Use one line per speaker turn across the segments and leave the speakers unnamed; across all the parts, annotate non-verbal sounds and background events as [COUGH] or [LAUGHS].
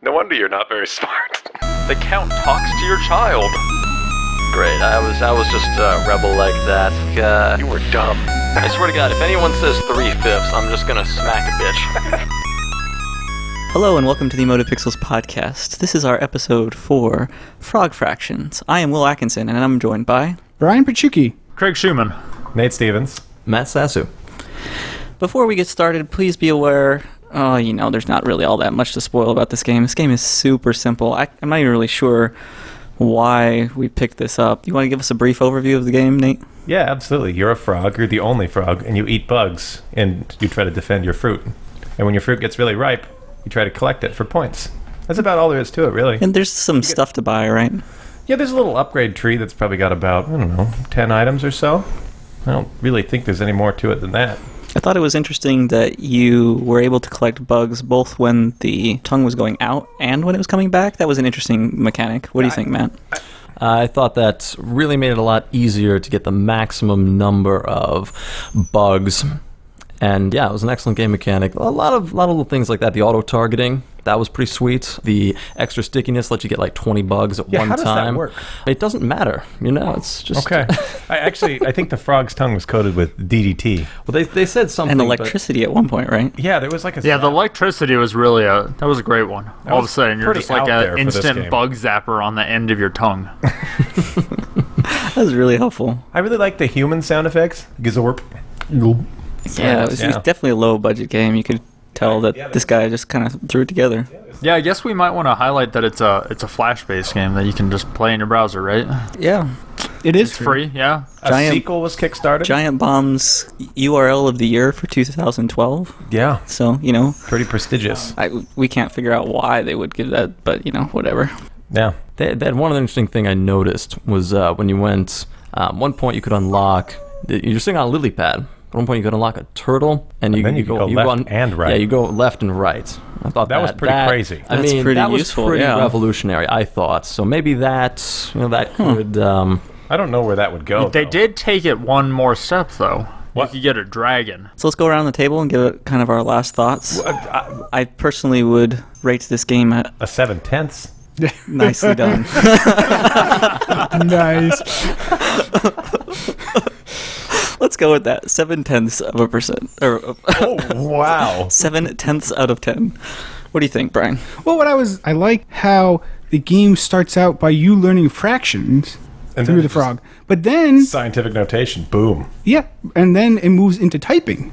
No wonder you're not very [LAUGHS] smart.
The count talks to your child.
Great. I was I was just a rebel like that. Uh,
You were dumb.
I swear to God, if anyone says three fifths, I'm just gonna smack a bitch.
Hello and welcome to the Emotive Pixels podcast. This is our episode for Frog Fractions. I am Will Atkinson and I'm joined by.
Brian Pachuki.
Craig Schumann.
Nate Stevens.
Matt Sassu.
Before we get started, please be aware. Oh, you know, there's not really all that much to spoil about this game. This game is super simple. I, I'm not even really sure why we picked this up. You want to give us a brief overview of the game, Nate?
Yeah, absolutely. You're a frog. You're the only frog, and you eat bugs, and you try to defend your fruit. And when your fruit gets really ripe, you try to collect it for points. That's about all there is to it, really.
And there's some stuff to buy, right?
Yeah, there's a little upgrade tree that's probably got about, I don't know, 10 items or so. I don't really think there's any more to it than that.
I thought it was interesting that you were able to collect bugs both when the tongue was going out and when it was coming back. That was an interesting mechanic. What do you think, Matt?
I thought that really made it a lot easier to get the maximum number of bugs. And yeah, it was an excellent game mechanic. A lot of lot of little things like that. The auto targeting that was pretty sweet. The extra stickiness lets you get like 20 bugs at
Yeah,
one
how does that
time.
work?
It doesn't matter. You know, it's just
Okay. I actually, I think the frog's tongue was coated with DDT.
Well, they, they said something.
And
but-
electricity at one point, right?
Yeah, there was like a.
Yeah, the electricity was really a that was a great one. All of a
was
sudden, you're
pretty
just like
out there for
an
this
instant
game.
bug zapper on the end of
[LAUGHS]
your tongue.
[LAUGHS] That was really helpful.
I really like the human sound effects. Gazorp.
Yeah, it was, it was
Yeah.
definitely a low budget game. You could tell that this guy just kind of threw it together.
yeah, I guess we might want to highlight that it's a it's a flash based game that you can just play in your browser, right?
Yeah.
It is
It's free. Yeah.
A
Giant-
sequel was kickstarted.
Giant Bomb's URL of the year for 2012.
Yeah,
So, you know,
pretty prestigious.
I, we can't figure out why they would give that, but, you know, whatever.
Yeah.
That, that one other interesting thing I noticed was uh, when you went, um, one point you could unlock, you're sitting on a lily pad. At one point you could unlock a turtle, and you,
then you could go left and right.
Yeah, you go left and right. I thought
That was pretty
that-
crazy.
I
That's
mean,
pretty
that was
useful,
pretty
yeah.
revolutionary. I thought so. Maybe that you know that
Hmm.
could. Um,
I don't know where that would go.
They
though.
did take it one more step though.
Oh, What?
You could get a dragon.
So let's go around the table and give it kind of our last thoughts. I, personally would rate this game at
a seven tenths.
nicely [LAUGHS] done.
[LAUGHS] nice.
let's go with that. Seven tenths of a percent. Or uh, [LAUGHS]
Oh wow!
seven tenths out of ten. What do you think, Brian?
Well, what I was, I like how the game starts out by you learning fractions
And
through
then
the
just
frog, but then
[LAUGHS] Scientific notation. Boom.
yeah, and then it moves into typing.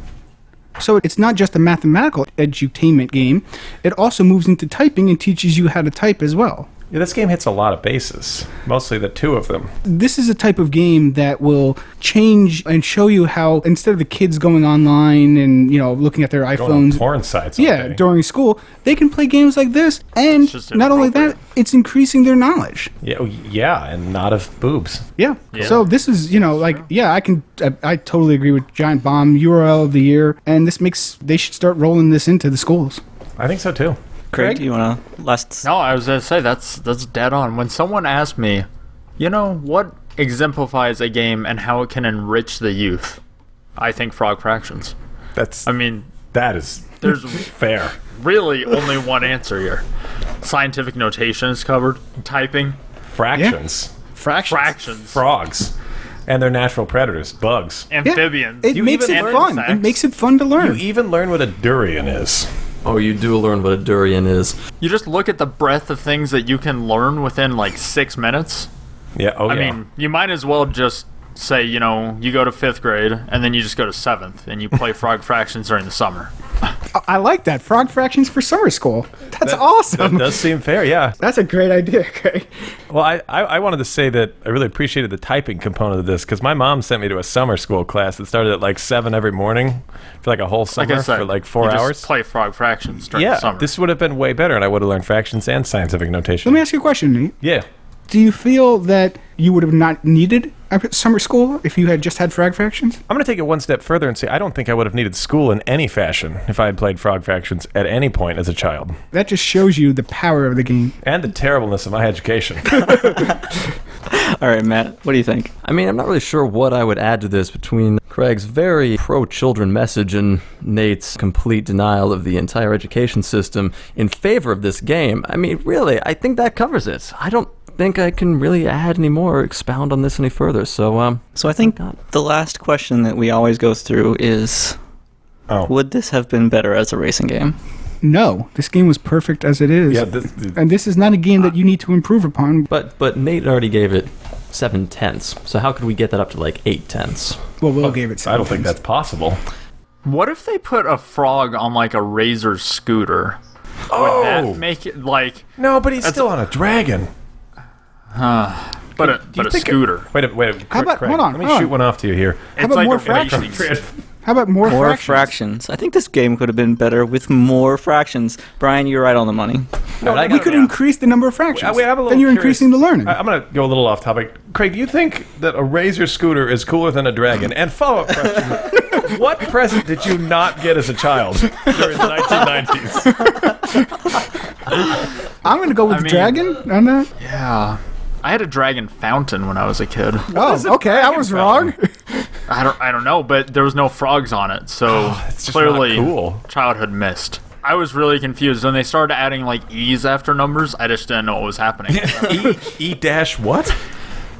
So it's not just a mathematical edutainment game; it also moves into typing and teaches you how to type as well.
Yeah, this game hits a lot of bases. Mostly the two of them.
this is a type of game that will change and show you how instead of the kids going online and you know looking at their
Going on
iPhones
porn sites. all
yeah
day.
during school they can play games like this and
just
not only that it's increasing their knowledge
yeah, oh, yeah, and not of boobs.
yeah, so this is you know like yeah i can I, I totally agree with giant bomb url of the year and this makes they should start rolling this into the schools
I think so too.
Craig, do you want to last?
No, I was gonna say that's that's dead on. When someone asked me, you know, what exemplifies a game and how it can enrich the youth, I think Frog Fractions.
That's.
I mean,
that is [LAUGHS]
there's
fair.
really only one answer here. Scientific notation is covered. Typing,
Fractions.
fractions
fractions,
Frogs, and their natural predators, bugs.
amphibians.
it
You
makes
even
it
learn
fun it
facts.
makes it fun to
You e-
learn
even learn what a durian is.
oh, you do learn what a durian is.
You just look at the breadth of things that you can learn within like six minutes.
Yeah. Oh
I
yeah.
mean, you might as well just say, you know, you go to fifth grade and then you just go to seventh and you play Frog [LAUGHS] Fractions during the summer.
I- i like that frog fractions for summer school that's
That-
awesome
That does seem fair. Yeah.
that's a great idea [LAUGHS] Craig.
Well, I, I, I wanted to say that I really appreciated the typing component of this because my mom sent me to a summer school class that started at like seven every morning for like a whole summer
like I said,
for like four
you just
hours.
play frog fractions during the
yeah,
summer.
this would have been way better, and I would have learned fractions and scientific notation.
Let me ask you a question, Nate.
yeah,
Do you feel that you would have not needed a summer school if you had just had frag fractions?
I'm going to take it one step further and say I don't think I would have needed school in any fashion if I had played frog fractions at any point as a child,
That just shows you the power of the game.
and the terribleness of my
[LAUGHS]
education.
All right, Matt, what do you think?
I mean, I'm not really sure what I would add to this between Craig's very pro children message and Nate's complete denial of the entire education system in favor of this game, I mean, really, I think that covers it. I don't think I can really add any more or expound on this any further. So, um,
So I think
God.
the last question that we always go through is
Oh,
Would this have been better as a racing game?
No, this game was perfect as it is.
yeah. This, th-
and this is not a game that you need to improve upon.
but but Nate already gave it seven tenths. So how could we get that up to like eight tenths?
Well, Will gave it.
Oh, I don't think
seven
that's possible.
What if they put a frog on like a razor scooter? Would that make it like
no, but he's still on a dragon.
but a but a scooter?
Wait a wait. A,
How about-
Craig,
hold on,
Let me
hold
shoot
on.
one off to you here.
How
it's
about
like
more
a
[LAUGHS]
racing
fractions?
scooter.
points. How about more,
More
fractions?
fractions. I think this game could have been better with more fractions. Brian, you're right on the money.
No, no,
I got
You could increase the number of fractions.
Uh, wait, I'm a little
then you're
curious.
increasing the learning.
I, am going to go a little off topic. Craig, do you think that a Razor scooter is cooler than a dragon? And follow up
[LAUGHS]
question What present did you not get as a child during the
[LAUGHS]
1990s?
I'm going to go with
I mean-
uh,
dragon uh, on that.
Yeah. I had a dragon fountain when I was a kid.
Oh, okay, I was wrong.
I don't I don't know, but there was no frogs on it, so
Oh, it's just
clearly
not cool.
childhood missed. I was really confused when they started adding like E's after numbers. I just didn't know what
[LAUGHS]
was happening.
E dash what?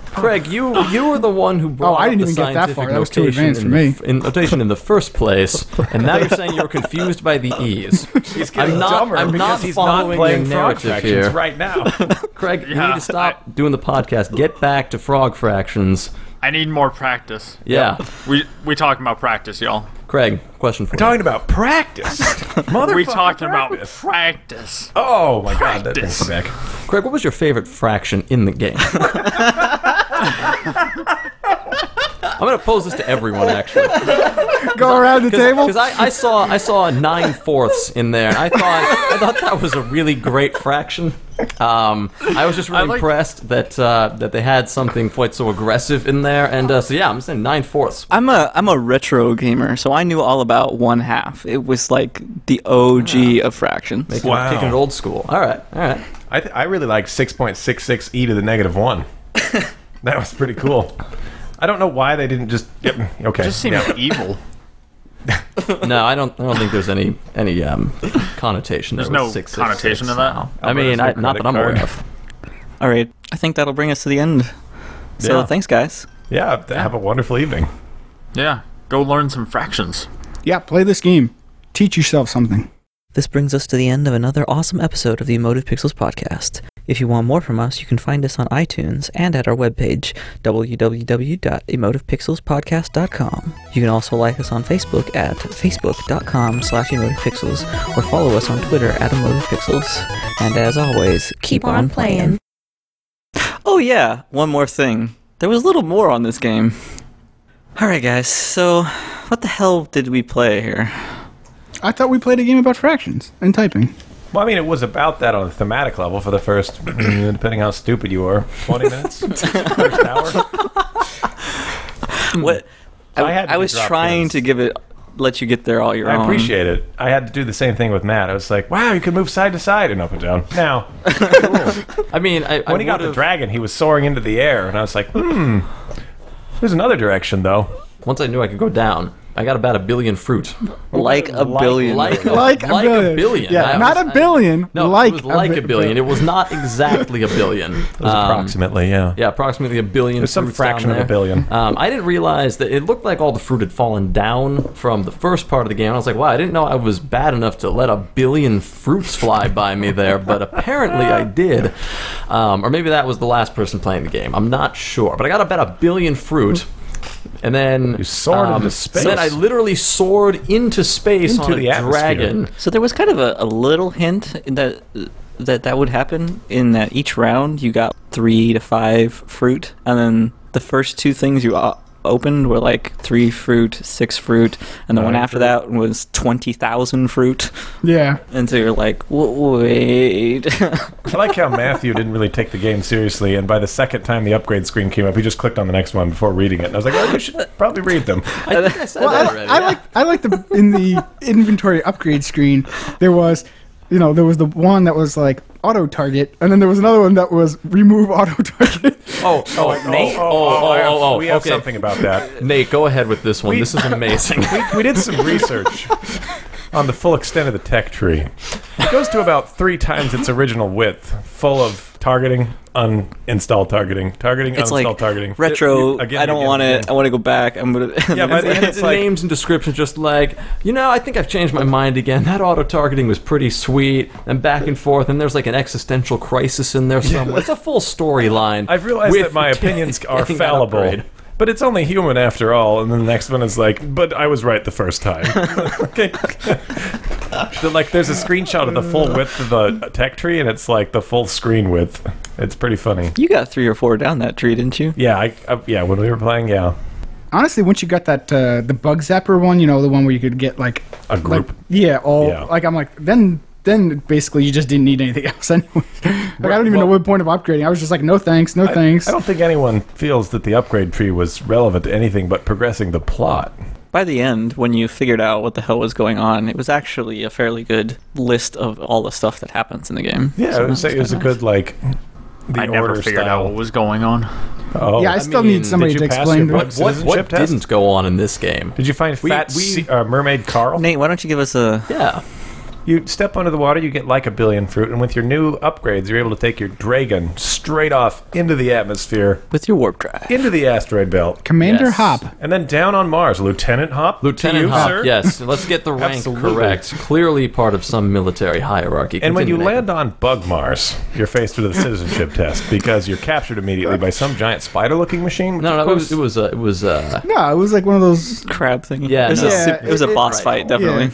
Craig, you you were the one who brought
Oh, I didn't
up the
even get that far.
scientific
That was too
notation
advanced
in the
for me.
f- in notation in the first place, and now you're saying you're confused by the e's.
[LAUGHS] He's getting
I'm not-
dumber
I'm
because
not
he's
following
not playing
your
frog
narrative
fractions
here.
right
[LAUGHS]
now.
Craig, you
Yeah,
need to stop doing the podcast. Get back to frog fractions.
I need more practice.
Yeah,
We we talking about practice, y'all.
Craig, question for you.
talking about
[LAUGHS]
practice. Motherfucker.
We talking about
practice.
practice.
Oh my god, that
practice.
brings me back.
Craig, what was your favorite fraction in
[LAUGHS]
the game? I'm gonna pose this to everyone actually.
[LAUGHS] go around the table.
Because I, I saw I saw nine fourths in there, and I thought I thought that was a really great fraction. Um, I was just really
like-
impressed that uh, that they had something quite so aggressive in there, and uh, so yeah, I'm saying nine fourths.
I'm a I'm a retro gamer, so I knew all about one half. It was like the OG of fractions.
Kicking-
Wow.
kicking it old school. All right, all right.
I, th- I really like 6.66 e to the negative
[LAUGHS]
1. that was pretty cool. I don't know why they didn't just. Yep, okay.
Just seems
yeah.
evil. [LAUGHS]
No, I don't. I don't think there's any any um, connotation. There's
no connotation to that.
I mean, I,
Alberta's no
not that I'm aware
credit
of.
All right, I think that'll bring us to the end. So
Yeah.
thanks, guys.
Yeah, have a wonderful evening.
Yeah. Go learn some fractions.
yeah, play this game. Teach yourself something.
This brings us to the end of another awesome episode of the Emotive Pixels podcast. If you want more from us, you can find us on iTunes and at our webpage, www.emotivepixelspodcast.com. You can also like us on Facebook at facebook.com slash emotivepixels or follow us on Twitter at emotivepixels. And as always, keep, on, playing.
Oh yeah, one more thing. There was a little more on this game. All right, guys. So what the hell did we play here?
I thought we played a game about fractions and typing.
Well, I mean, it was about that on a thematic level for the first, [CLEARS THROAT] depending how stupid you were, 20 minutes? first hour?
[LAUGHS] What?
So
I,
I had
I
to
was
drop
trying
hints.
to give it, let you get there all your own.
I appreciate it. I had to do the same thing with Matt. I was like, wow, you can move side to side and up and down.
[LAUGHS]
Now,
I mean, I, I
when he got the
would've-
dragon, he was soaring into the air, and I was like, hmm, there's another direction, though.
once I knew I could go down, I got about a billion fruit.
Like a billion.
Like, a-
Like, a billion. Yeah,
I
not
was-
a billion.
No,
like
it was like
bi-
a billion. It
[LAUGHS]
was not exactly a billion.
It was
Um,
approximately, yeah.
Yeah, approximately a billion.
There's some
fruits down
fraction of a
there.
billion.
Um, I didn't realize that it looked like all the fruit had fallen down from the first part of the game. I was like, wow, I didn't know I was bad enough to let a billion fruits fly by me there, but apparently I did. Um, or maybe that was the last person playing the game. I'm not sure. But I got about a billion fruit. And then um,
You soared into space.
Then I literally soared into space
Into
on a
the atmosphere.
dragon.
So there was kind of a, a little hint that that that would happen in that each round you got three to five fruit, and then the first two things you o- opened were like three fruit, six fruit, and the one
Nine
after
fruit.
that was twenty thousand fruit.
Yeah.
And so you're like, "W- wait, [LAUGHS]
I like how Matthew didn't really take the game seriously, and by the second time the upgrade screen came up, he just clicked on the next one before reading it. And I was like, oh, you should probably read them.
I think I said
Well,
that
I,
already.
I like I like the
[LAUGHS]
in the inventory upgrade screen. There was, you know, there was the one that was like auto target, and then there was another one that was remove auto
[LAUGHS]
target.
Oh, oh, oh,
Nate?
oh, oh,
Oh,
I have-
oh, oh,
we have
okay.
something about
[LAUGHS]
that.
Nate, go ahead with this one.
We-
This is amazing.
[LAUGHS] We did some research on the full extent of the tech tree. It goes to about three times its original width, full of targeting, uninstall targeting, targeting,
It's
uninstall
like
targeting.
retro.
It- again,
I don't
again,
want
again.
it. I want to go back. I'm gonna. [LAUGHS]
Yeah, by the end, it's
the
like
names and descriptions just like, you know, I think I've changed my mind again. That auto targeting was pretty sweet, and back and forth, and there's like an existential crisis in there somewhere. It's a full storyline.
I've realized
with
that
[LAUGHS]
[LAUGHS]
my opinions are
getting that
fallible.
upgrade.
But it's only human after all, and then the next one is like, but I was right the first
[LAUGHS]
time. okay. [LAUGHS] They're like, there's a screenshot of the full width of the tech tree, and it's like the full screen width. It's pretty funny.
You got three or four down that tree, didn't you?
Yeah, I, I, yeah. When we were playing, yeah,
Honestly, once you got that uh, the bug zapper one, you know the one where you could get like
a
like
group.
yeah, all
Yeah.
like I'm like then then basically you just didn't need anything [LAUGHS] else anyway. like I don't even know
well-
what point of upgrading. I was just like no thanks, no thanks.
I don't think anyone feels that the upgrade tree was relevant to anything but progressing the plot.
By the end, when you figured out what the hell was going on, it was actually a fairly good list of all the stuff that happens in the game.
Yeah,
So
it was,
that
it was a
kinda nice.
good like. The
I never
order
figured
style.
out what was going on.
Oh,
yeah, I still
mean,
need somebody
did
to
you pass
explain.
your
to-
bugs?
What, what
Citizenship test?
didn't go on in this game?
Did you find
We-
fat
we-
sea- uh, mermaid Carl?
Nate, why don't you give us a?
Yeah.
You step under the water, you get like a billion fruit, and with your new upgrades, you're able to take your dragon straight off into the atmosphere,
With your warp drive.
into the asteroid belt,
Commander
Yes.
Hop.
and then down on Mars. Lieutenant Hop?
Lieutenant
to you,
Hop,
sir?
yes. Let's
[LAUGHS]
get the rank
Absolutely.
correct. Clearly part of some military hierarchy.
And when you
Continue, Nate.
land on Bug Mars, you're faced with a
[LAUGHS]
citizenship test because you're captured immediately by some giant spider-looking machine. which
No,
of
no, it was,
course-
it was, uh, it was uh,
No, it was like one of those.
Crab thing.
Yeah,
it was,
no.
a, sup-
Yeah,
it was a
it-
boss
it-
fight, definitely.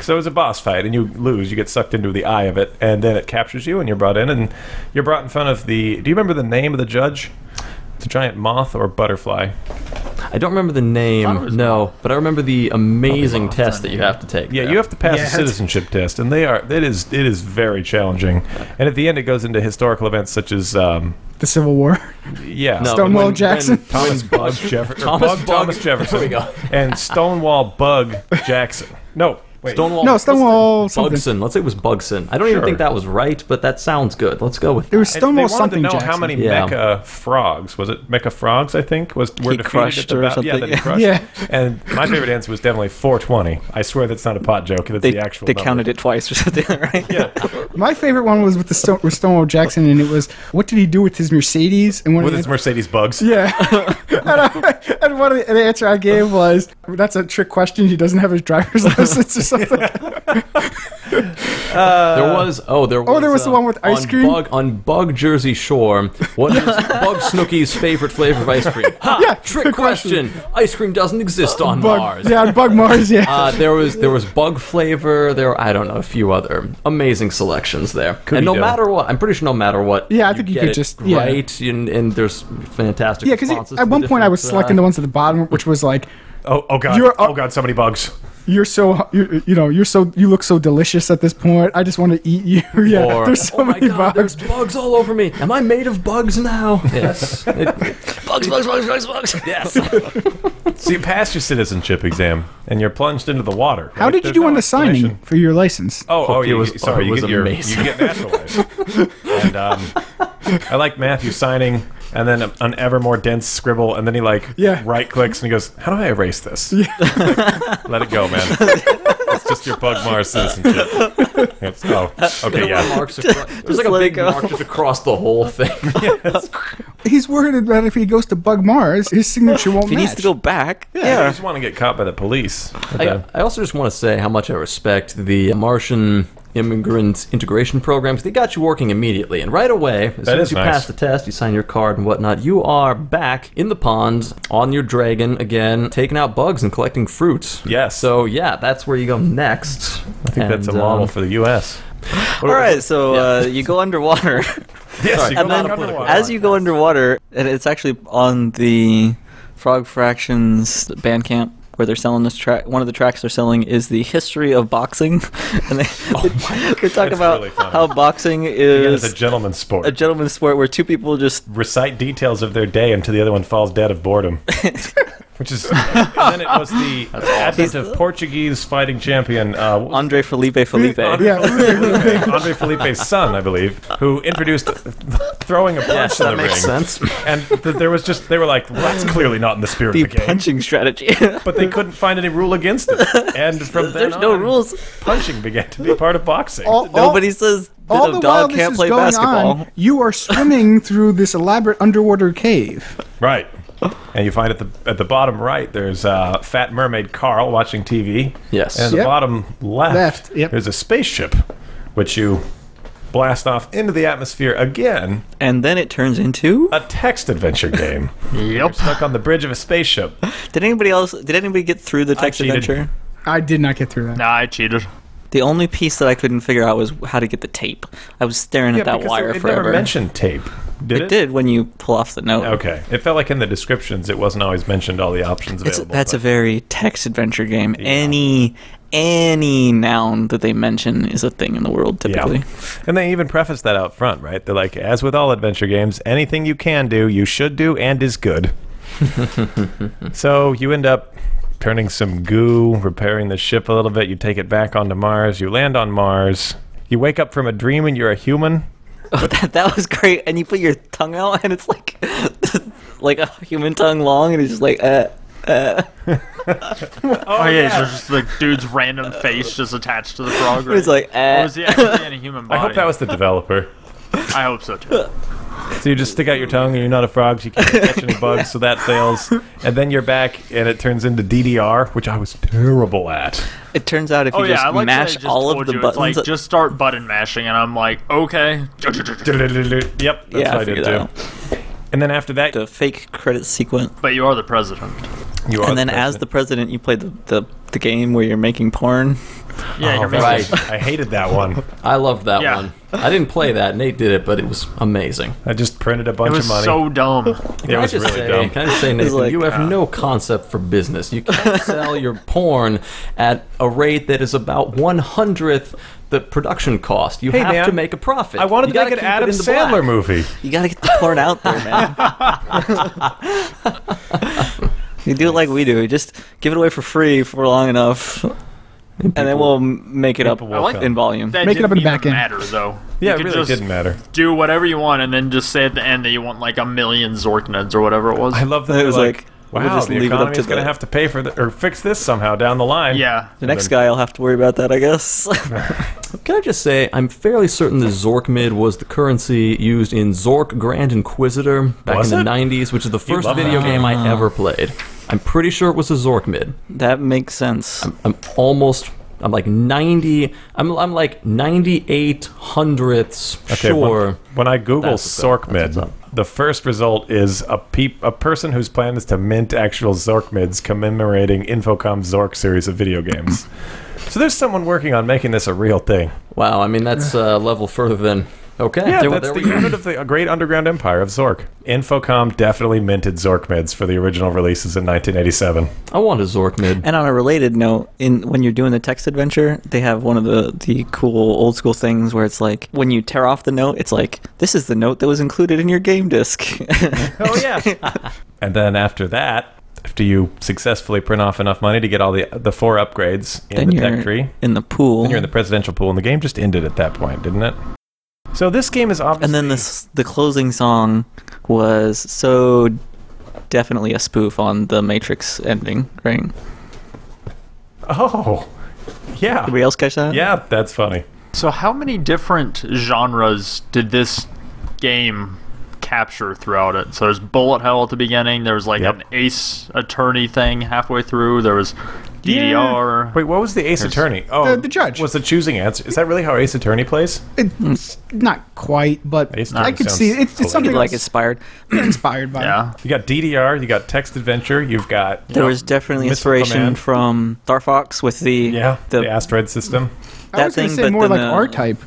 So it's a boss fight, and you lose. You get sucked into the eye of it, and then it captures you, and you're brought in, and you're brought in front of the. Do you remember the name of the judge? It's a giant moth or butterfly.
I don't remember the name, no, but I remember the amazing test that you have to take.
Yeah,
there.
you have to pass
Yeah.
the citizenship test, and they are. It is. It is very challenging, and at the end, it goes into historical events such as. Um,
The Civil War.
[LAUGHS] yeah,
No,
Stonewall
when-
Jackson.
when-
Thomas Bug Jefferson.
Thomas
Bug,
Bug-
Thomas Jefferson.
There we go.
and Stonewall Bug Jackson. No, wait.
Stonewall.
No, Stonewall
what's the-
something.
Bugson. Let's say it was Bugson. I don't even
Sure.
think that was right, but that sounds good. Let's go with
It was
And they
Stonewall
wanted
something.
To know
Jackson.
how [LAUGHS] many
Yeah.
mecha frogs was it? Mecha frogs, I think, was were
He
defeated at
crushed
the
or
bat- Yeah,
something.
that he crushed.
[LAUGHS] Yeah.
And my favorite answer was definitely 420. I swear that's not a pot joke. That's
They,
the actual.
they
number.
counted it twice or [LAUGHS] something, right?
Yeah,
[LAUGHS] My favorite one was with the Stone, with Stonewall Jackson, and it was what did he do with his Mercedes? And one
with
of
his
the,
Mercedes bugs.
[LAUGHS] yeah,
[LAUGHS]
and, I, and one of the, the answer I gave was that's a trick question. He doesn't have his driver's [LAUGHS] license or something.
There was oh there was uh,
there was the one with ice
on
cream?
Bug, on Bug Jersey Shore. What
[LAUGHS]
is Bug Snooky's favorite flavor of ice cream? Ha!
Yeah,
trick
good
question.
question.
Ice cream doesn't exist on
Bug,
Mars.
Yeah, on Bug Mars. Yeah.
Uh, there was there was bug flavor. There were, I don't know a few other amazing selections there. and no
Cupido.
matter what, I'm pretty sure no matter what.
Yeah, I think you
get
could
it
just- yeah.
right and, and there's fantastic.
[LAUGHS] yeah, because
responses to
at
the
one point I
different,
was
uh,
selecting the ones at the bottom, which was like,
Oh, oh god.
You're-
oh god. So many bugs.
"You're so you, you know you're so you look so delicious at this point. I just want to eat you." [LAUGHS] yeah,
Or,
there's so
oh my
many
God,
bugs.
There's bugs all over me. Am I made of bugs now? Yes. It-
bugs, bugs, bugs, bugs, bugs.
yes.
So you pass your citizenship exam, and you're plunged into the water.
How
right?
did you
There's
do
no
on the
explanation.
signing for your license?
Oh, oh,
Fuck, it
you
was-
was sorry.
it
you
was
get your,
amazing.
you get naturalized. and um, I like Matthew signing, and then an ever more dense scribble, and then he like
Yeah.
right clicks and he goes, "How do I erase this?" [LAUGHS] Let it go, man. it's just your bug Mars citizenship. It's- oh, okay, yeah.
Marks across, there's like a
let it
big
go.
mark just across the whole thing.
He's worried that if he goes to Bug Mars,
[LAUGHS]
his signature won't
If he
match.
needs to go back, yeah.
I just want to get caught by the police. But, uh,
I, I also just want to say how much I respect the Martian immigrant integration programs. They got you working immediately, and right away, as soon as
is
you
nice.
pass the test, you sign your card and whatnot, you are back in the pond on your dragon again, taking out bugs and collecting fruits.
Yes.
So yeah, that's where you go next. uh,
I think that's a
um,
model for the U.S.
All right, so uh, you go underwater.
Yes,
Sorry,
you go
I'm not
back
a political
underwater.
As you go underwater, and it's actually on the Frog Fractions Bandcamp where they're selling this track. One of the tracks they're selling is the history of boxing, [LAUGHS] and they, [LAUGHS] they talk
That's
about
really funny.
how boxing
Again, it's a
is
gentleman's sport.
a gentleman's sport where two people just
recite details of their day until the other one falls dead of boredom. which is and then it was the advent of Portuguese fighting champion uh, what was
[LAUGHS] Andre Felipe Felipe.
Andre, Felipe, Andre Felipe's son, I believe, who introduced throwing a punch
Yes,
in
that
the
makes
ring.
sense.
And th- there was just they were like, well, that's clearly not in the spirit
The
of the game.
punching strategy. [LAUGHS]
But they couldn't find any rule against it. And from then
There's no
on,
rules.
Punching began to be part of boxing.
[LAUGHS]
All- all-
Nobody says that
all
a
the while
dog
this
can't
is
play
going
basketball.
on, [LAUGHS] you are swimming through this elaborate underwater cave.
Right. And you find at the at the bottom right there's uh, Fat Mermaid Carl watching TV.
Yes.
And at the
Yep.
bottom left,
Left, yep.
there's a spaceship, which you blast off into the atmosphere again.
And then it turns into.
A text adventure
[LAUGHS]
game.
Yep.
Stuck on the bridge of a spaceship.
Did anybody else? Did anybody get through the text
cheated.
adventure?
I did not get through that.
Nah, I cheated.
The only piece that I couldn't figure out was how to get the tape. I was staring at that
because
wire
it, it
forever.
never mentioned tape. Did it?
it did when you pull off the note.
Okay. It felt like in the descriptions it wasn't always mentioned all the options
It's,
available.
that's a
but-
very text adventure game. Any any noun that they mention is a thing in the world typically.
Yeah. And they even preface that out front, right? They're like, as with all adventure games, anything you can do, you should do and is
[LAUGHS]
good. so you end up turning some goo, repairing the ship a little bit, you take it back onto Mars, you land on Mars, you wake up from a dream and you're a human.
Oh, that, that was great. And you put your tongue out and it's like [LAUGHS] like a human tongue long and it's just like uh
Oh, yeah, so it's just the dude's random face just attached to the frog. Right?
it's like
Or
uh.
was he actually in a
[LAUGHS]
human
I
body?
hope that was the developer.
I hope
[LAUGHS]
so too.
So you just stick out your tongue and you're not a frog, so you can't catch any bugs, so that fails. And then you're back and it turns into DDR, which I was terrible
[LAUGHS]
at.
It turns out if
Oh
you
yeah,
just
I like that
mash
it just
all of
told
the
you, it's
buttons.
Like, just start button mashing, and I'm like, okay. [LAUGHS]
Yep, that's
yeah,
what
I
I did too.
figured that out.
And then after that,
The fake credit sequence.
But you are the president.
you are
and then as the president you play the, the, the game where you're making porn.
Yeah,
Oh,
you're making.
right.
I hated that one.
I loved that
Yeah.
one. I didn't play that. Nate did it, but it was amazing.
I just printed a
It
bunch
was
of money. [LAUGHS]
so dumb.
it was
I just
really
say,
dumb.
Can I just say, Nathan,
like,
you have no concept for business. You can't [LAUGHS] sell your porn at a rate that is about one hundredth the production cost. You
Hey,
have
man,
to make a profit.
I wanted
You
to
gotta
make an
keep it
Adam
in the black.
Sandler movie.
You gotta get the porn out there,
[LAUGHS]
man. [LAUGHS] you do it like we do. You just give it away for free for long enough, and then we'll m- make it up
will I like come.
in volume.
That
Make it up
didn't
in the back
even
end.
Matter though.
Yeah,
you
it
could
really
just
didn't matter.
Do whatever you want, and then just say at the end that you want like a million Zorknuds or whatever it was.
I love that.
It
they're
was
like,
like,
wow,
we'll just
the
leave it up
economy's
to
gonna
the-
have to pay for the, or fix this somehow down the line.
yeah.
the next guy, I'll have to worry about that,
[LAUGHS]
I guess.
Can I just say, I'm fairly certain the Zork Mid was the currency used in Zork Grand Inquisitor back
Was
in the
it?
90s, which is the first
love
video
that.
game I ever played. I'm pretty sure it was a Zork Mid.
that makes sense.
I'm almost. I'm like 90. I'm, I'm like 98 hundredths
Okay, when-
sure.
When, I Google
That's what's up.
Sorkmid,
That's what's
the first result is a peep, a person whose plan is to mint actual Zorkmids commemorating Infocom Zork series of video games. so there's someone working on making this a real thing.
Wow, I mean
[SIGHS]
that's uh, level further than okay.
Yeah,
there,
that's
there
the
we go.
unit of the great underground empire of Zork. Infocom definitely minted Zork mids for the original releases in 1987.
I want a Zork mid.
And on a related note, in when you're doing the text adventure, they have one of the the cool old school things where it's like when you tear off the note, it's like this is the note that was included in your game disc. [LAUGHS]
Oh yeah. [LAUGHS] and then after that, after you successfully print off enough money to get all the the four upgrades in
then
the
you're
tech tree,
in the pool.
then you're in the presidential pool, and the game just ended at that point, didn't it? So this game is obviously
And then this the closing song was so definitely a spoof on the Matrix ending, right?
Oh, yeah,
Anybody else catch that?
yeah, that's funny.
So how many different genres did this game capture throughout it? So there's bullet hell at the beginning. There was like
Yep.
an Ace Attorney thing halfway through. There was DDR.
Wait, what was the Ace Attorney? Oh,
The- the judge.
was the choosing answer. Is that really how Ace Attorney plays?
It's not quite, but
Ace
I
Attorney
could
sounds
see it. it's, it's
hilarious.
something
Like
like
inspired.
[CLEARS THROAT] inspired by.
Yeah.
You got DDR, you got text adventure, you've got
There was definitely
Missile
inspiration
Command.
from Star Fox with the
yeah
the,
the asteroid system.
I
That
was going
thing,
to say
but
more
then
like
the-
R type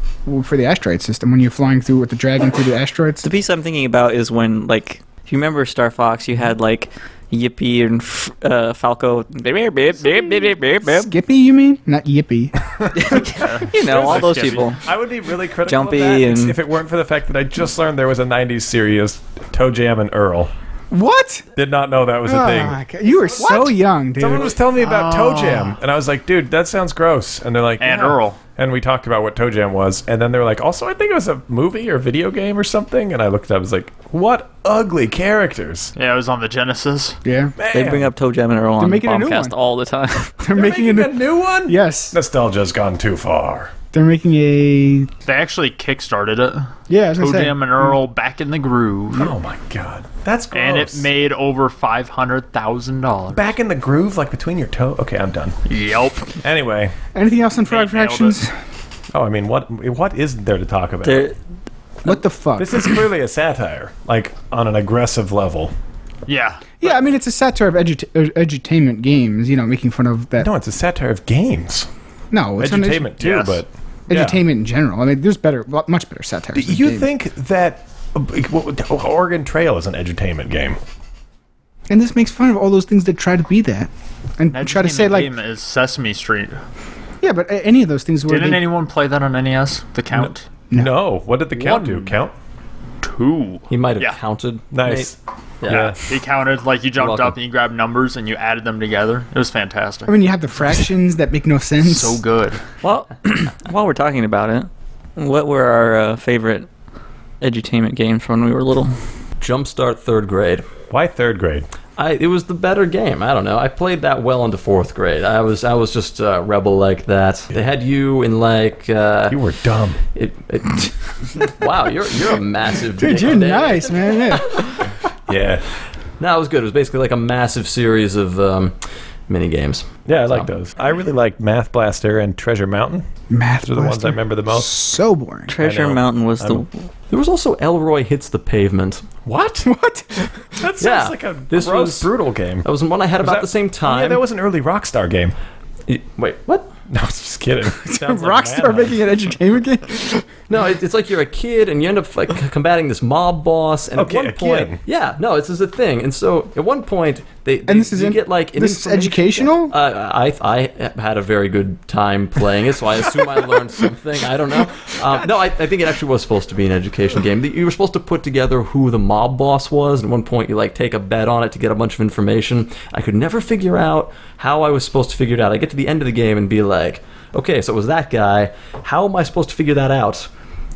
for the asteroid system when you're flying through with the dragon through the asteroids.
the piece I'm thinking about is when like if you remember Star Fox, you had like Yippee and F- uh, Falco, [LAUGHS]
Skippy, you mean? Not Yippee. [LAUGHS]
you know, all those
Skippy.
people.
I would be really critical
Jumpy
of that
and-
if it weren't for the fact that I just learned there was a 90s series, Toe Jam and Earl.
What?
Did not know that was a
Oh,
thing.
my God. you were so young, dude. Oh.
Someone was telling me about Toe Jam, and I was like, dude, that sounds gross. And they're like,
And
"Yeah."
Earl.
And we talked about what Toe Jam was, and then they were like, also, I think it was a movie or video game or something. And I looked up, I was like, what ugly characters.
Yeah, it was on the Genesis.
[LAUGHS]
yeah,
They bring up Toe Jam and Earl on
making a new
Bombcast
one.
all the time. [LAUGHS]
they're making a
Making a
new,
new one?
yes.
Nostalgia's gone too far.
They're making a
They actually kickstarted it.
yeah. I was gonna
Toe
say,
Jam and Earl back in the groove.
Oh my god. That's gross.
And it made over five hundred thousand dollars.
Back in the groove, like between your toe. Okay, I'm done.
Yep.
Anyway,
Anything else on Frog
They nailed it.
Fractions?
oh, I mean, what what is there to talk about?
They're-
What the fuck?
This is clearly a satire, like on an aggressive level.
Yeah.
yeah, I mean it's a satire of edu- uh, edutainment games. You know, making fun of that.
No, it's a satire of games.
No, it's an edu-
Edutainment too,
Yes.
but yeah.
edutainment in general. I mean, there's better, lot- much better satire.
Do you think that well, Oregon Trail is an edutainment game?
And this makes fun of all those things that try to be that, and
That
try to say like,
game is Sesame Street.
yeah, but a- any of those things where
Didn't
they,
anyone play that on NES? The Count.
No. What did the count do?
One.
Count?
Two.
He might have
Yeah.
counted.
Nice.
mate.
Yeah.
He counted like you jumped
welcome.
up and you grabbed numbers and you added them together. It was fantastic.
I mean, you have the fractions that make no sense.
so good.
Well, [COUGHS] while we're talking about it, what were our uh, favorite edutainment games from when we were little?
Jumpstart third grade.
Why third grade?
I, it was the better game. I don't know. I played that well into fourth grade. I was I was just a rebel like that. They had you in like uh,
You were dumb.
it, it, [LAUGHS] wow. You're you're a massive
Dude,
dick,
you're
David.
nice, man. Yeah.
Yeah.
No, it was good. It was basically like a massive series of um, mini games.
Yeah, I like those. I really liked Math Blaster and Treasure Mountain.
Math
Those are the ones I remember the most.
So boring.
Treasure
know.
Mountain was
I'm-
the
There was also Elroy hits the pavement.
What? [LAUGHS]
What?
That sounds
Yeah,
like a
this
gross,
was-
brutal game.
That was one I had
Was
about
that-
the same
Oh, Yeah,
time.
that was an early Rockstar game. [LAUGHS]
Y- Wait, what?
No, I was just
[LAUGHS]
kidding. Sounds like
Rockstar
Manhunt.
making an edutainment game?
No, it, it's like you're a kid and you end up like combating this mob boss. And
Okay,
at
a
one point,
kid.
yeah, no, this is a thing. And so at one point, they, they
And this is
you
in-
get like an
this is
information-
educational?
Uh, I I had a very good time playing it, so I assume I
[LAUGHS]
learned something. I don't know. Um, no, I, I think it actually was supposed to be an education game. You were supposed to put together who the mob boss was. and At one point, you like take a bet on it to get a bunch of information. I could never figure out how I was supposed to figure it out. I get to the end of the game and be like, okay, so it was that guy. How am I supposed to figure that out?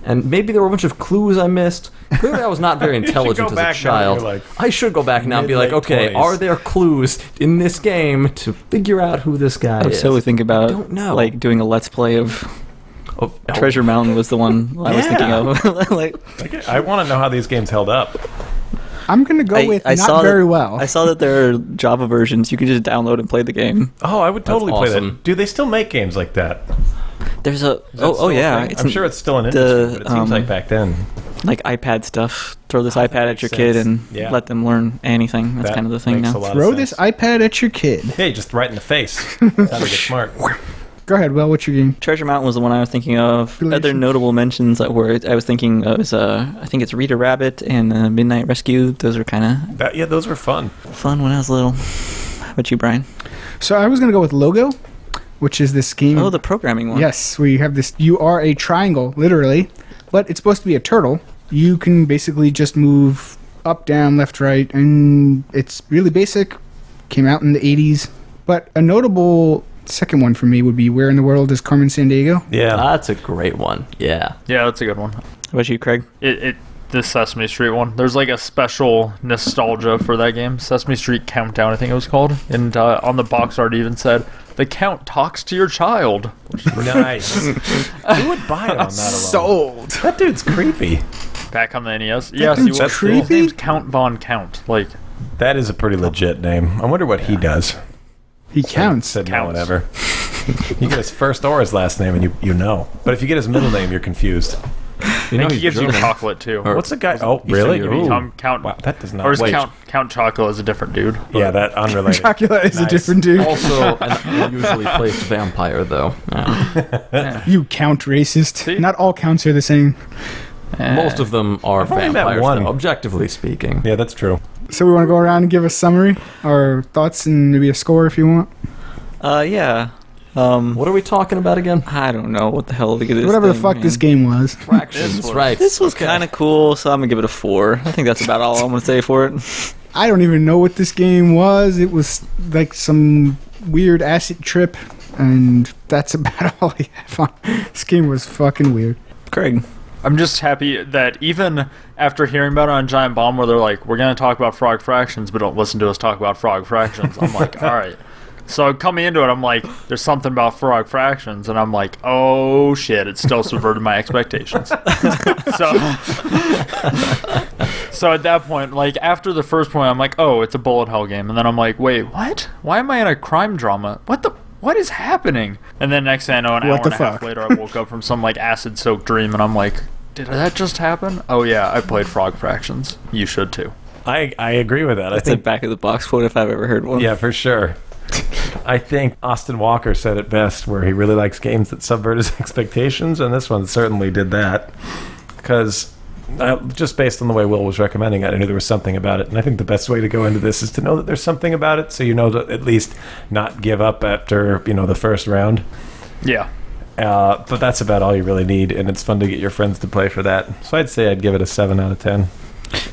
And maybe there were a bunch of clues I missed. Clearly, I was
[LAUGHS]
not very intelligent
go
as
back now
a
that
child.
you're, like,
I should go back now and be like,
mid-late
okay,
20s.
are there clues in this game to figure out who this guy
I
is?
so think about
don't know.
like doing a let's play of
Oh, oh,
Treasure Mountain was the one I was thinking [LAUGHS] of. like
Okay, I want to know how these games held up.
I'm going to go
I,
with
I saw
not very
that,
well.
I saw that there are Java versions you can just download and play the game.
Oh, I would totally play
awesome.
that. Do they still make games like that?
There's a oh oh yeah,
Like, I'm sure it's still an
the,
industry, but it seems
um,
like back then.
like iPad stuff. Throw this iPad at your
makes
kid
sense.
and
Yeah.
let them learn anything. That's
that
kind of the thing
makes a
now.
lot of
Throw
sense.
this iPad at your kid.
Yeah, just right in the
[LAUGHS]
face. That'd be smart.
Go ahead, Well, what's your game?
Treasure Mountain was the one I was thinking of. Other
Relation.
notable mentions that were I was thinking of is uh, I think it's Rita Rabbit and uh, Midnight Rescue. Those were kind
That, yeah, those were fun.
of fun when I was little. How about you, Brian?
So I was going to go with Logo, which is this game.
Oh, the programming one.
Yes, where you have this. You are a triangle, literally, but it's supposed to be a turtle. You can basically just move up, down, left, right, and it's really basic. Came out in the 80s. But a notable second one for me would be Where in the World is Carmen Sandiego?
Yeah.
That's a great one. Yeah.
Yeah, that's a good one.
How about you, Craig?
It, it the Sesame Street one. There's like a special nostalgia for that game, Sesame Street Countdown, I think it was called. And uh, on the box art, it even said the count talks to your child.
Ah. [LAUGHS]
nice. Who would buy it on that alone?
Sold.
that dude's creepy.
Back on the E NES. Yes,
dude's
you will.
creepy.
His name's Count Von Count. Like
That is a pretty legit name. I wonder what he does.
He counts.
Said no one
Counts.
ever. [LAUGHS] you get his first or his last name, and you, you know. But if you get his middle name, you're confused.
You know
he
he's
gives you
German.
chocolate too.
Or-
What's the guy? Oh, really?
Eastern Europe.
Ooh.
Um, Count.
Wow, that does not.
or is
wait.
Count Count Chocula is a different dude.
Yeah, that unrelated.
[LAUGHS]
Dracula is
Nice.
a different dude.
also an unusually placed vampire, though. Yeah.
You count racist.
See?
Not all counts are the same.
Most of them are
I've only met
vampires,
one.
though, objectively speaking.
Yeah, that's true.
So we want to go around and give a summary, our thoughts, and maybe a score if you want.
Uh, yeah. Um,
What are we talking about again?
I don't know what the hell we could
Whatever the fuck this game was.
Fractions, right.
This was kind of cool, so I'm gonna give it a four. I think that's about all I'm gonna say for it.
I don't even know what this game was. It was like some weird acid trip, and that's [LAUGHS] about all I have on. This game was fucking weird.
Craig.
I'm just happy that even after hearing about it on Giant Bomb, where they're like, "We're gonna talk about frog fractions, but don't listen to us talk about frog fractions," I'm like, "All right." So coming into it, I'm like, "There's something about frog fractions," and I'm like, "Oh shit!" It still subverted my expectations. [LAUGHS] so, [LAUGHS] so at that point, like after the first point, I'm like, "Oh, it's a bullet hell game," and then I'm like, "Wait, what? Why am I in a crime drama? What the?" What is happening? And then next thing I know, an hour
What
and
the
a half
fuck?
later, I woke up from some like acid-soaked dream, and I'm like, "Did that just happen?" Oh yeah, I played Frog Fractions. You should too.
I I agree with that. I
It's a
think
back of the box quote if I've ever heard one.
yeah, for sure. [LAUGHS] I think Austin Walker said it best, where he really likes games that subvert his [LAUGHS] expectations, and this one certainly did that. Because just based on the way Will was recommending it, I knew there was something about it, and I think the best way to go into this is to know that there's something about it, so you know to at least not give up after you know the first round.
Yeah.
Uh, but that's about all you really need, and it's fun to get your friends to play for that. So I'd say I'd give it a seven out of ten.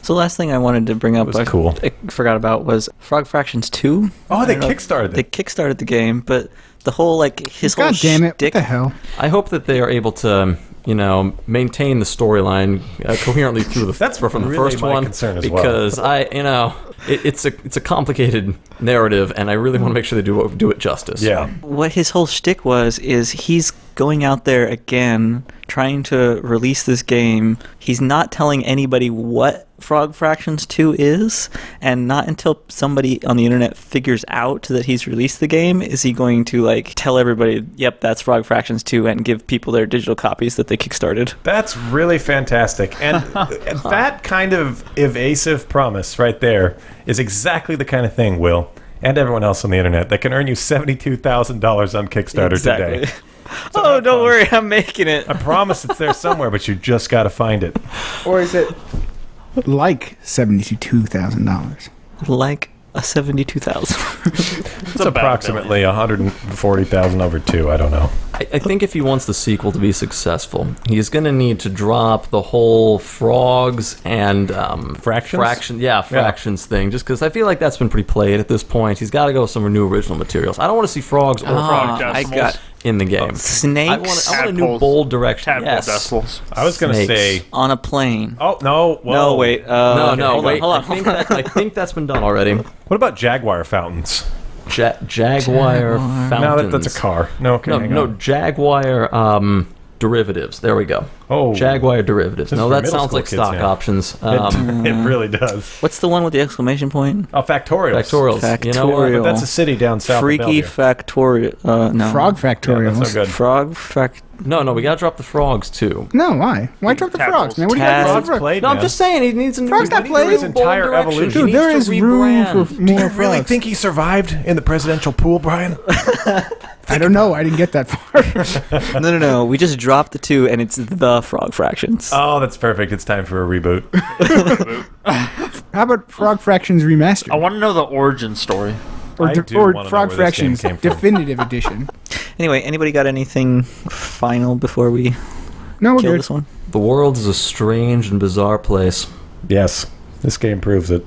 So the last thing I wanted to bring up,
was
I,
cool.
I forgot about was Frog Fractions Two.
Oh, they
I don't know.
kickstarted
They
it.
kickstarted the game, but the whole like his whole
God damn it!
shtick-
What the hell?
I hope that they are able to, you know, maintain the storyline uh, coherently through
[LAUGHS]
the
That's
from the
really
first
my
one
concern as well.
because I, you know, it, it's a it's a complicated narrative, and I really want to make sure they do do it justice.
Hmm. Yeah,
what his whole shtick was is he's going out there again trying to release this game. He's not telling anybody what Frog Fractions 2 is, and not until somebody on the internet figures out that he's released the game is he going to like tell everybody, "Yep, that's Frog Fractions 2" and give people their digital copies that they kickstarted.
That's really fantastic.
[LAUGHS]
And that kind of evasive promise right there is exactly the kind of thing, Will, and everyone else on the internet that can earn you $72,000 on Kickstarter today.
[LAUGHS] oh, don't worry, I'm making it.
I [LAUGHS] promise it's there somewhere, but you just got to find it.
Or is it like seventy-two thousand dollars?
Like a 72,000.
It's, approximately 140000 over two. I don't know.
I, I think if he wants the sequel to be successful, he's going to need to drop the whole frogs and um,
Fractions?
fraction, yeah, fractions thing. Just because I feel like that's been pretty played at this point. He's got to go with some new original materials. I don't want to see frogs or
Ah,
frogs
I
decimals.
got
in the game. I want,
snakes
I want a new
Tadpoles.
bold direction.
Tadpole
yes.
decimals.
I was going to
Snakes.
say.
on a plane.
Oh, no. Whoa.
no, wait. Uh,
No,
okay,
no,
hold
wait.
on, hold on.
I, think that, I think that's been done already.
What about Jaguar fountains?
Ja-
No,
Jaguar, fountains.
that, that's a car. No, okay.
No,
hang
no,
on.
Jaguar um, derivatives. There we go.
Oh.
Jaguar derivatives.
This is
No,
for
that
middle
sounds
school
like
kids
stock
now.
options.
It, [LAUGHS]
Um,
it really does.
What's the one with the exclamation point?
Oh, factorials.
factorials. You know
But
what?
Factorial.
that's a city down south. of
Freaky
Bellevue.
factorial. Uh, no.
Frog factorials.
That's no good.
Frog fact.
No, no, we gotta drop the frogs too.
no, why? Why drop the
Tadpoles.
frogs, man? What do you
Tadpoles
Frogs
got against frogs?
played.
No, I'm
man.
just saying he needs a new.
Frogs
he
not
needs
playing.
a
His
new bold
entire
direction.
evolution.
He
Dude,
needs
there
to
is room
rebrand.
for f- more
You really
frogs.
think he survived in the presidential pool, Brian?
I don't know. I didn't get that far.
[LAUGHS]
No, no, no. We just dropped the two, and it's the frog fractions.
[LAUGHS] oh, that's perfect. It's time for a reboot.
How about Frog Fractions Remastered?
I want to know the origin story.
or
I
de-
do
or
wanna know
Frog
where this game
Fractions
came from.
Definitive Edition.
Anyway, anybody got anything final before we
No, we're
kill
good.
this one?
The world is a strange and bizarre place.
yes, this game proves it.